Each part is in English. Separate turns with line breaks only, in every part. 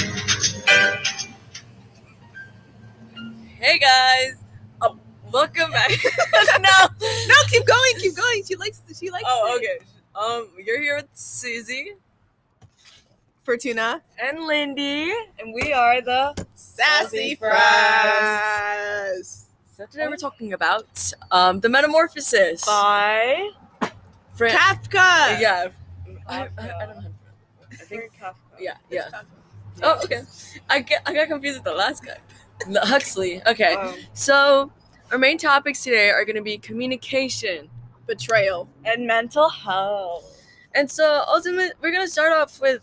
Um, Oh, Um, you're here with Susie
Fortuna.
and Lindy, and we are the
Sassy
Sassy
Fries.
so today we're talking about um the metamorphosis by Fran- Uh,
Kafka.
yeah. I,
Kafka.
I, I don't have. I think
Kafka.
yeah yeah. Oh okay. I get I got confused with the last guy, No, Huxley. Okay.
Um,
So our main topics today are going to be communication.
Betrayal.
and mental health.
And so ultimately, we're gonna start off with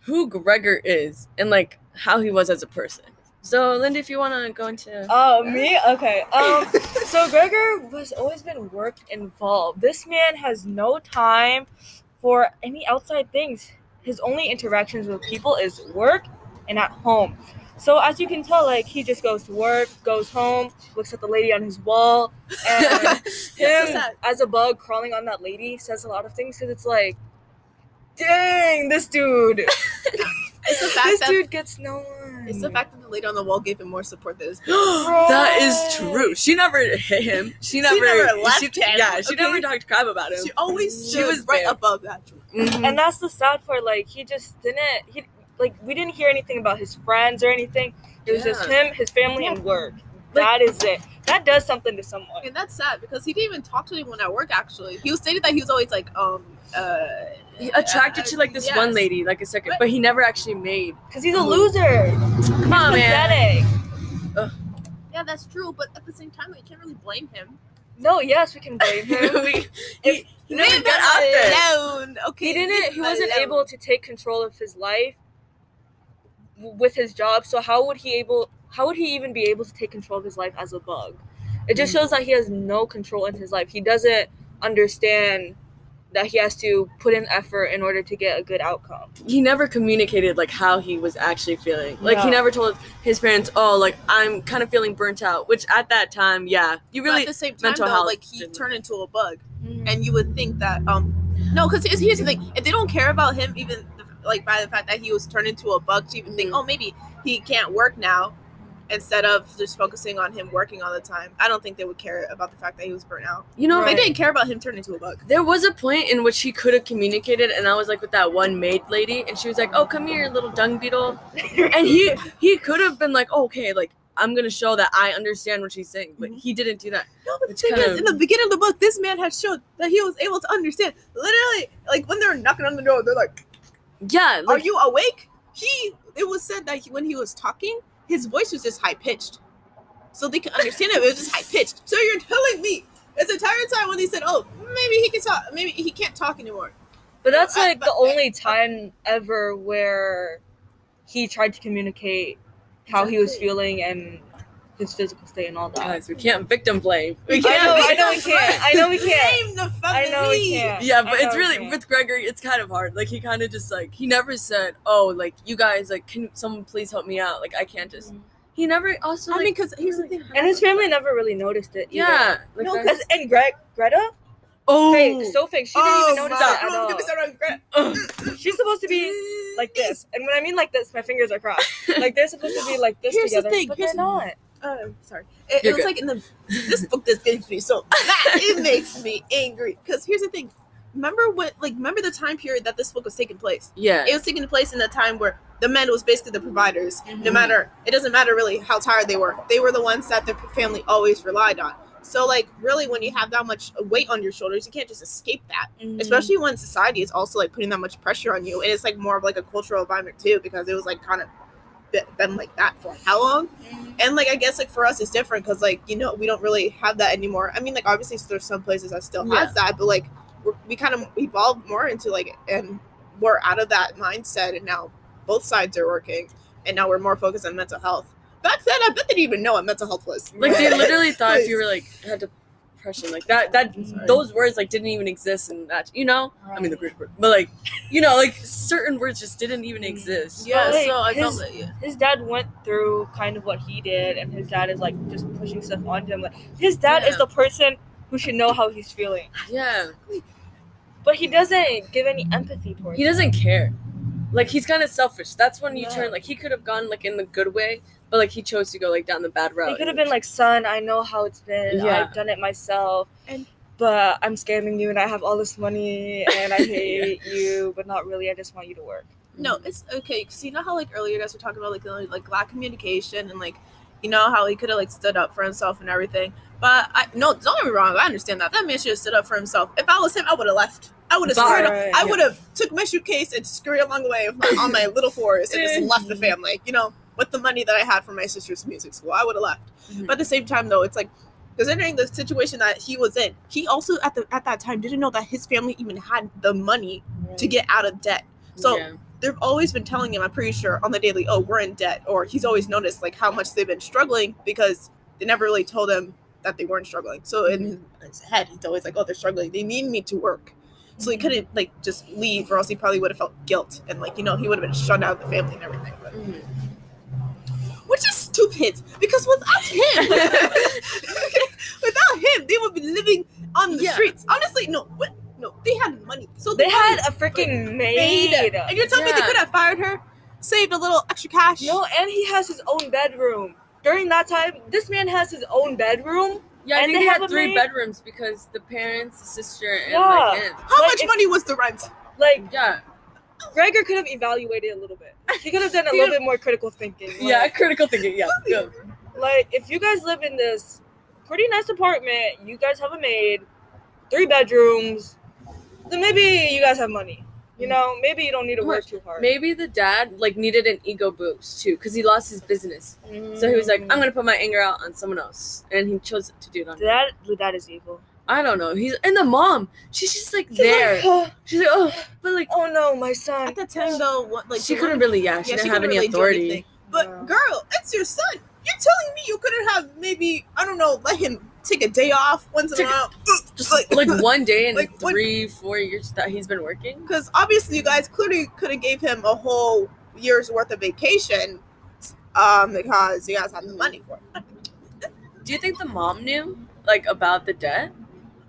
who Gregor is and like how he was as a person. So Linda, if you wanna go into
Oh, me? Okay. Um, so Gregor has always been work involved. This man has no time for any outside things. His only interactions with people is work and at home. So as you can tell, like he just goes to work, goes home, looks at the lady on his wall, and
That's so
him
sad.
as a bug crawling on that lady says a lot of things because it's like, dang, this dude,
It's the fact
this
that
dude gets no one.
it's the fact that the lady on the wall gave him more support than his.
that is true. She never hit him. She never,
never left
she-
him,
Yeah, she
okay?
never talked crap about him.
She always
She
stood
was
right
there.
above that.
Mhm.
and that's the sad part. Like he just didn't. He like we didn't hear anything about his friends or anything. It was just him, his family, and work. that is it. That does something to someone.
And that's sad because he didn't even talk to anyone at work. Actually, he was stated that he was always like um uh
He attracted to like this
yes.
one lady, like a second,
But-
but he never actually made.
Cause he's a loser.
Come on, man.
Pathetic.
Yeah, that's true. But at the same time, we can't really blame him.
No. Yes, we can blame him.
We- he, he never got out there.
Alone. Okay.
he didn't. He wasn't
Alone.
able to take control of his life w- with his job. So how would he able? How would he even be able to take control of his life as a bug? It just shows that he has no control in his life. He doesn't understand that he has to put in effort in order to get a good outcome.
he never communicated like how he was actually feeling. Like he
No.
never told his parents, "Oh, like I'm kind of feeling burnt out." Which at that time, yeah, you
But
really
at the same time,
mental
though,
health
like he
didn't-
turned into a bug, and you would think that um no, because here's, here's the thing: if they don't care about him, even like by the fact that he was turned into a bug, to even think, oh, maybe he can't work now, instead of just focusing on him working all the time. I don't think they would care about the fact that he was burnt out.
you know,
They
Right.
didn't care about him turning into a bug.
there was a point in which he could have communicated, and I was like with that one maid lady, and she was like, "Oh, come here, little dung beetle," and he he could have been like, "Okay, like I'm gonna show that I understand what she's saying," but
Mm-hmm.
Mhm.
he didn't do that.
No, but the
It's
thing
kind
is,
of-
in the beginning of the book, this man had showed that he was able to understand. Literally, like when they're knocking on the door, they're like,
Yeah,
"Are
like
you awake?" He. It was said that he, when he was talking, his voice was just high pitched, so they could understand it. It was just high pitched. So you're telling me this entire time when they said, "Oh, maybe he can talk. Maybe he can't talk anymore."
But that's
I-
like the
but-
only time ever where he tried to communicate how he was
Exactly.
feeling and his physical state and all that.
guys, we can't victim blame.
We
I know,
we
I know we can't. I know we can't.
Name the fucking
I know we
lead.
can't.
yeah
I
but it's
know
really
can't.
with gregory it's kind of hard like he kind of just like he never said oh like you guys like can someone please help me out like i can't
Mm.
just he never also
I
like,
mean, because here's the thing.
and his family never really noticed it.
yeah like,
No,
I-
'Cause- and Greg, Greta,
oh
fake, so fake. She didn't
oh,
even notice
stop.
it at
Don't get me
all.
started on Grant.
Ugh.
She's supposed to be like this, and when I mean like this, my fingers are crossed. Like they're supposed to be like this
Here's the
together,
thing,
but
here's-
they're not. Um,
Oh, sorry. It,
You're
it was
good.
like in the this book that gets me so mad. It makes me angry because here's the thing. Remember what? Like remember the time period that this book was taking place.
yeah
It was taking place in a time where the men was basically the providers. No
Mhm.
matter it doesn't matter really how tired they were. They were the ones that the family always relied on. So like really, when you have that much weight on your shoulders, you can't just escape that.
Mm.
Especially when society is also like putting that much pressure on you, and it's like more of like a cultural environment too because it was like kind of been like that for how long? and like I guess like for us it's different because like you know we don't really have that anymore. I mean like obviously there's some places that still has that, but like we're, we kind of evolved more into like and we're out of that mindset, and now both sides are working, and now we're more focused on mental health. Back then, I bet they didn't even know what mental health was.
like they literally thought if
Please.
you were like had depression like that that
Sorry.
those words like didn't even exist in that you know i mean the greek word but like you know like certain words just didn't even
Mm-hmm.
exist
yeah,
But, like,
Oh, so I felt
his-
like yeah.
his dad went through kind of what he did, and his dad is like just pushing stuff onto him. Like his dad is
Yeah.
the person who should know how he's feeling,
yeah
but he doesn't give any empathy towards.
he doesn't care like he's kind of selfish that's when you
Yeah.
turn like he could have gone like in the good way but like he chose to go like down the bad route
He could have been like, "Son, I know how it's been.
Yeah.
I've done it myself."
And-
but I'm scamming you and I have all this money and I hate you, but not really. I just want you to work.
No, it's okay. Cause you know how like earlier you guys were talking about like the, like lack of communication and like you know how he could have like stood up for himself and everything. But I no, don't get me wrong. I understand that that man should have stood up for himself. If I was him, I would have left. I would have
Bye.
scurried.
Right,
I
yeah.
would have took my suitcase and scurried along the way with my- on my little forest and just left the family. You know, with the money that I had from my sister's music school, I would have left.
Mhm.
But at the same time, though, it's like considering the situation that he was in, he also at the at that time didn't know that his family even had the money to get out of debt. So
Yeah.
they've always been telling him, I'm pretty sure, on the daily, oh, we're in debt, or he's always noticed like how much they've been struggling because they never really told him that they weren't struggling. So in his head, he's always like, oh, they're struggling. They need me to work. So he couldn't like just leave, or else he probably would have felt guilt and like you know he would have been shunned out of the family and everything. But,
Mhm.
which is stupid because without him, without him, they would be living on the
Yeah.
streets. Honestly, no, what, no, they had money, so
They
had
had a freaking maid.
paid. And you're telling me they
Yeah.
could have fired her, saved a little extra cash.
No, and he has his own bedroom. During that time, this man has his own bedroom.
Yeah, I
And
think
they
they
have
had
a
three
maid?
bedrooms because the parents, the sister, and
Yeah.
like him.
How
Like,
much
if-
money was the rent?
Like
Yeah,
Gregor could have evaluated a little bit. He could have done a
He
little bit more critical thinking. Like,
yeah, critical thinking. Yeah, yeah.
Like if you guys live in this pretty nice apartment, you guys have a maid, three bedrooms, then maybe you guys have money. You know, maybe you don't need to work too hard.
Maybe the dad like needed an ego boost too because he lost his business, so he was like, "I'm gonna put my anger out on someone else," and he chose to do it on.
Mm. that that is evil.
I don't know. He's and the mom, she's just like there.
oh,
She's like, "Oh, but like
oh no, my son.
At the time, though, what, like
she
the
couldn't
woman-
really. Yeah, she
yeah,
didn't
couldn't
have any
really do
authority."
anything. But
No.
girl, it's your son. You're telling me you couldn't have maybe I don't know, let him take a day off once in a
Take a-
while.
Just like one day in
Like, one-
three, four years that he's been working.
because obviously you guys clearly could have gave him a whole year's worth of vacation, um, because you guys had the money for it.
Do you think the mom knew like about the debt?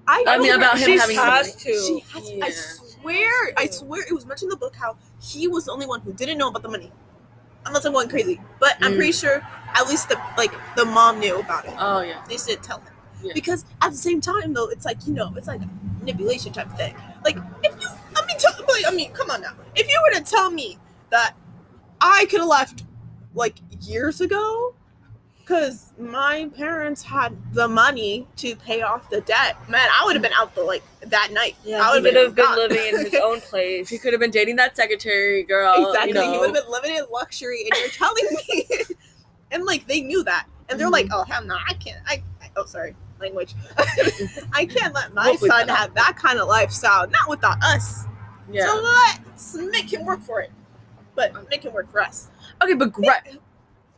I
don't
mean,
know.
about him
she
having
has to.
She has,
Yeah.
I swear, I swear, it was mentioned in the book how he was the only one who didn't know about the money. Unless I'm going crazy, but I'm
Mm.
pretty sure at least the like the mom knew about it.
Oh yeah.
They should tell him
Yeah.
because at the same time though, it's like you know, it's like a manipulation type thing. Like if you, I mean, tell, like, I mean, come on now. If you were to tell me that I could have left like years ago. Cause my parents had the money to pay off the debt. Man, I would have been out the like that night. I
Yeah, he
would've
could have been
gone.
living in his own place.
If he could have been dating that secretary
Oh,
girl, you
Exactly. He
know.
would have been living in luxury, and you're telling me, and like they knew that, and they're
Mm-hmm.
like, "Oh hell no, I can't. I, I oh sorry, language. I can't let my
What we
son
got.
have that kind of lifestyle. Not without us.
yeah.
So let's make him work for it, but make him work for us.
Okay, but Greta.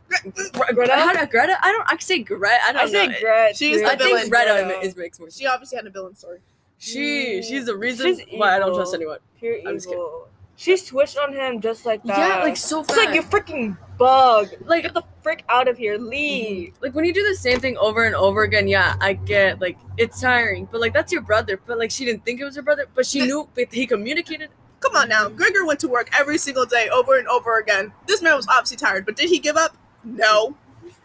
Greta?
Greta? How do- Greta? I don't. I say Greta. I don't
I say
know.
Gretchen.
She's the
I
villain,
think Greta is makes more sense.
She obviously had a villain story.
She.
Mm.
She's the reason
She's
why I don't
evil.
trust anyone.
pure
I'm just kidding.
evil. She switched on him just like that.
Yeah, like so
it's
fast.
like you freaking bug.
Like-
Get the frick out of here. Leave.
like when you do the same thing over and over again. Yeah, I get like it's tiring, but like that's your brother. But like she didn't think it was her brother, but she
Th-
knew. But he communicated.
Come on now, Gregor went to work every single day, over and over again. This man was obviously tired, but did he give up? No.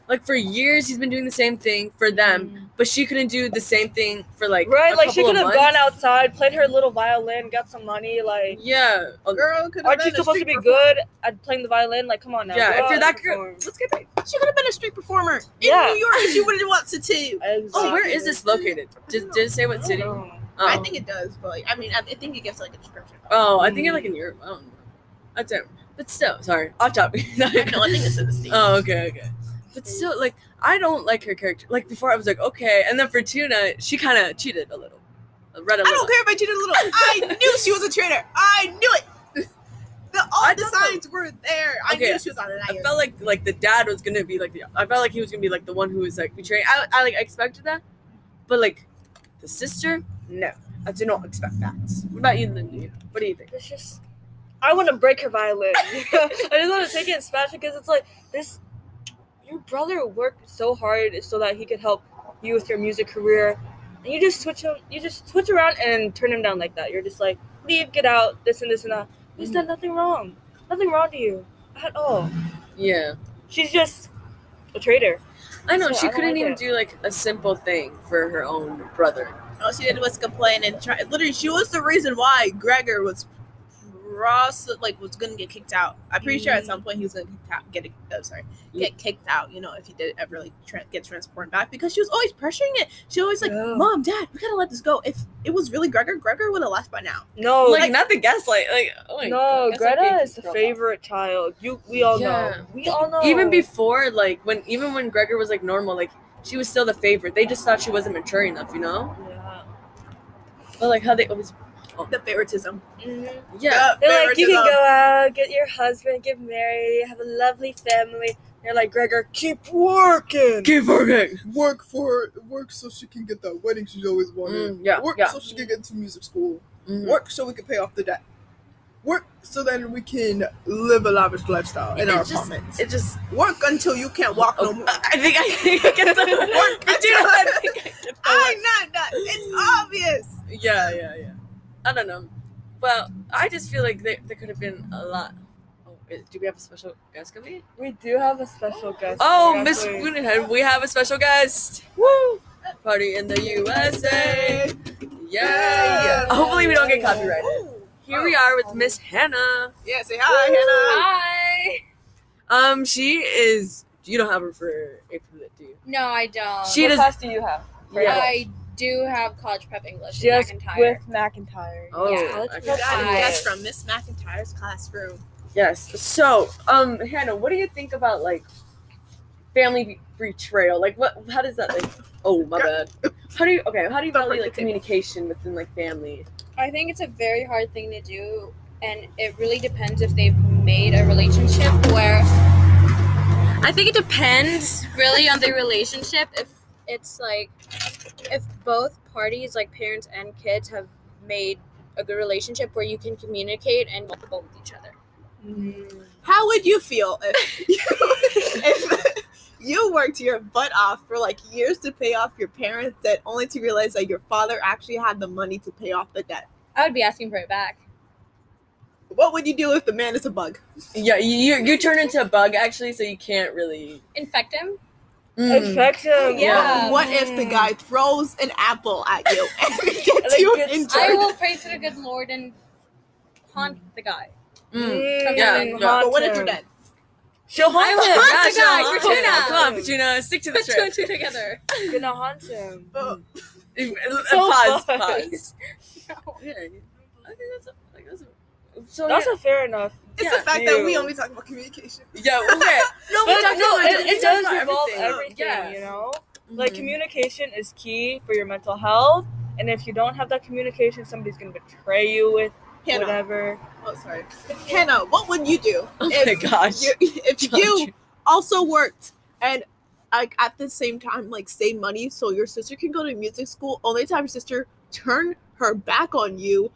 Like for years, he's been doing the same thing for them, but she couldn't do the same thing for like
Mm. right?
a
Like she
couple
could
of
have gone
months.
outside, played her little violin, got some money. Like,
Yeah, Oh,
Girl could have
aren't
been
you
a
supposed to
street
be
performer.
good at playing the violin? Like, come on now.
yeah.
go
If you're
out
that
and
girl,
perform.
let's get paid.
She could have been a street performer in
Yeah.
New York. She would have wanted to.
Exactly.
Oh, where is this located? Did, did it say what
I
city?
don't
Oh,
know.
I think it does, but like, I mean, I, I think it gives like a description.
Oh, I think you're
Hmm.
like in Europe. I don't know. That's it. But still, sorry, off topic.
no, I think it's in the states.
oh, okay, okay. But still, like, I don't like her character. Like before, I was like, okay, and then for Tuna, she kind of cheated a little, read a
I
little.
don't care if I cheated a little. I knew she was a traitor. I knew it. The all
I
the
thought that-
signs were there. I
Okay,
knew she was on an
I
island.
felt like like the dad was gonna be like the. I felt like he was gonna be like the one who was like betraying. I, I like I expected that, but like the sister, no, I did not expect that. What about you, Lindy? What do you think?
It's just. I want to break her violin. I just want to take it and smash it because it's like this. Your brother worked so hard so that he could help you with your music career, and you just switch him. You just switch around and turn him down like that. You're just like leave, get out, this and this and that. He's
Mm.
done nothing wrong. Nothing wrong to you at all.
Yeah.
She's just a traitor.
I know
So
she
I don't
couldn't
like
even
it.
do like a simple thing for her own brother.
All she did was complain and try. Literally, she was the reason why Gregor was Ross like was gonna get kicked out. I'm pretty sure at some point he was gonna get out, get a, oh, sorry get kicked out. You know, if he did ever like tra- get transported back because she was always pressuring it. She always like,
Yeah.
"Mom, Dad, we gotta let this go." If it was really Gregor, Gregor would have left by now.
No,
like,
Oh, like,
not the gaslight. Like oh my God,
no,
that's like
Greta
being
is the
controlled.
favorite child. You, we all
Yeah.
know. We all know.
Even before, like when even when Gregor was like normal, like she was still the favorite. They just thought she wasn't mature enough, you know.
Yeah.
But like how they always,
The favoritism.
Mhm.
yeah,
The
They're like, you can
favoritism.
go out, get your husband, get married, have a lovely family. They're like, Gregor, keep working.
keep working.
Work for work so she can get that wedding she's always
Mm,
wanted.
yeah,
work
yeah.
so she can get into music school.
Mhm.
Work so we can pay off the debt. Work so then we can live a lavish lifestyle in
It
our
just-
apartments.
It just,
Work until you can't walk
oh,
no more.
I I think I, think I get the
Work
I do, I think I get the
I not that. It's obvious.
Yeah, yeah, yeah. I don't know. Well, I just feel like there, there could have been a lot. Oh, i- do we have a special guest coming?
We do have a special guest.
Oh,
Yes,
Miss
we-
Woonhead, we have a special guest. Woo! Party in the USA. Yeah.
Yeah.
Hopefully we don't get copyrighted.
Ooh.
Here we are with Miss Hannah.
Yeah, say
hi,
Hi.
Um, she is. You don't have her for April, do you?
No, I don't.
She
what
does-
class do you have?
Yeah.
I do have college prep English
She has
in McIntyre.
with McIntyre.
Oh,
Yeah.
okay.
You got
Hi.
it. That's from Miss McIntyre's classroom.
Yes. So, um, Hannah, what do you think about like family be- betrayal? Like, what? How does that like? Oh, my bad. How do you? Okay, how do you
Don't
value
break
like
the table.
communication within like family?
I think it's a very hard thing to do, and it really depends if they've made a relationship where. I think it depends really on the relationship. If it's like, if both parties, like parents and kids, have made a good relationship where you can communicate and communicate with each other.
Mm.
How would you feel if you, if you worked your butt off for like years to pay off your parents' debt, only to realize that your father actually had the money to pay off the debt?
I would be asking for it back.
What would you do if the man is a bug?
Yeah, you you, you turn into a bug actually, so you can't really. mm,
Infect him.
Infection.
Yeah.
What if the guy throws an apple at you and it gets
Like,
you
gets-
injured?
I will pray to the good Lord and haunt the guy.
Mm.
Mm,
Yeah,
and
yeah.
But
haunt
what did you
him.
then?
She'll haunt
I
him.
will- Haunt the
yeah,
guy,
Sean,
Fortuna.
Come on, Fortuna, stick to the
Put two and
script.
two together.
Gonna haunt him.
Oh,
So
pause,
fun.
pause. Yeah, I think that's a, like that's a, so
That's
yeah,
a fair enough.
It's
yeah.
the fact that we
Ew.
only talk about communication.
yeah, okay. No, we
But
talked
no,
about-
it,
we talked
it does
about
revolve
everything.
everything,
Yeah.
you know? Like,
Mhm.
Mm-hmm.
communication is key for your mental health. And if you don't have that communication, somebody's gonna betray you with
Hannah.
whatever.
Oh, sorry. Hannah, what would you do
Oh my
if
gosh.
you, if you also worked and like at the same time like save money so your sister can go to music school only to have your sister turn her back on you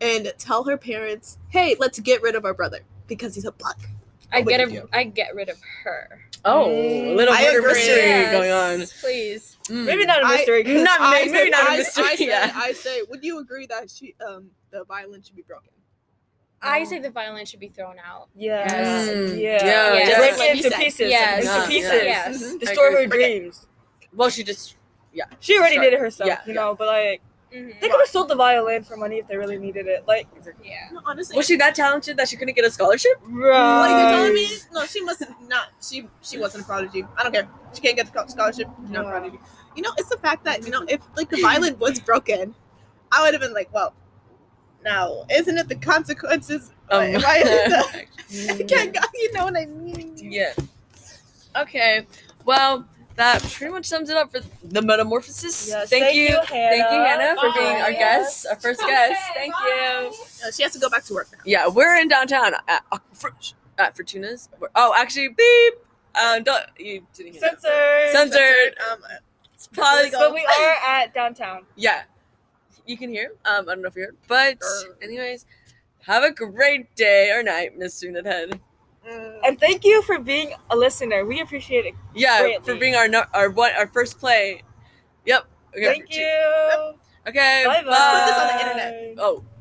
and tell her parents hey let's get rid of our brother because he's a bug
I
What
get
would
a,
you do?
I get rid of her.
Oh,
Mm.
a little
I
murder
agree.
mystery
Yes,
going on.
Please.
Mm.
Maybe not a
I-
mystery. 'cause-
Not
I
maybe, maybe
say-
not
I-
a mystery.
I say,
yeah.
I say would you agree that she um the violin should be broken
I say the violin should be thrown out.
Yes.
Mm.
Yeah.
Yeah,
Yes.
Break
yes.
Like
it
you
into
said.
pieces.
Yes.
Yeah,
Into pieces.
yeah.
Yes.
Mhm.
Destroy
I
her
agree.
dreams.
Well, she just
She already
Sorry.
did it herself,
Yeah,
you
yeah.
know, but like
Mhm.
they could have sold the violin for money if they really needed it. Like
Yeah.
no, honestly
was she uh, that talented that she couldn't get a scholarship?
like you're telling me
right.
no she must not she she wasn't a prodigy i don't care she can't get the scholarship no
Yeah.
prodigy you know it's the fact that you know if like the violin was broken i would have been like well now isn't it the consequences
Oh
Why- why is it the,
Mm.
can't go, you know what i mean
yeah. Okay. Well, that pretty much sums it up for the metamorphosis.
Yes,
thank, you, thank you, Hannah, for being our
Bye.
guest, our first guest.
Okay,
Thank
bye.
you.
Uh, she has to go back to work now
Yeah, we're in downtown at, uh, at Fortuna's. We're- Oh, actually, beep. Um, don't you didn't hear that.
Censored.
Censored. Censored.
um,
Pause.
But we are at downtown.
Yeah. You can hear. Um, I don't know if you heard. But
Sure.
anyways, have a great day or night, Miss Sooned Head.
mm,
And thank you for being a listener. We appreciate it.
Yeah, for
Greatly.
being our nu- our one our first play. Yep. Okay,
Thank you.
Okay.
Bye-bye.
bye.
Let's put this
Oh.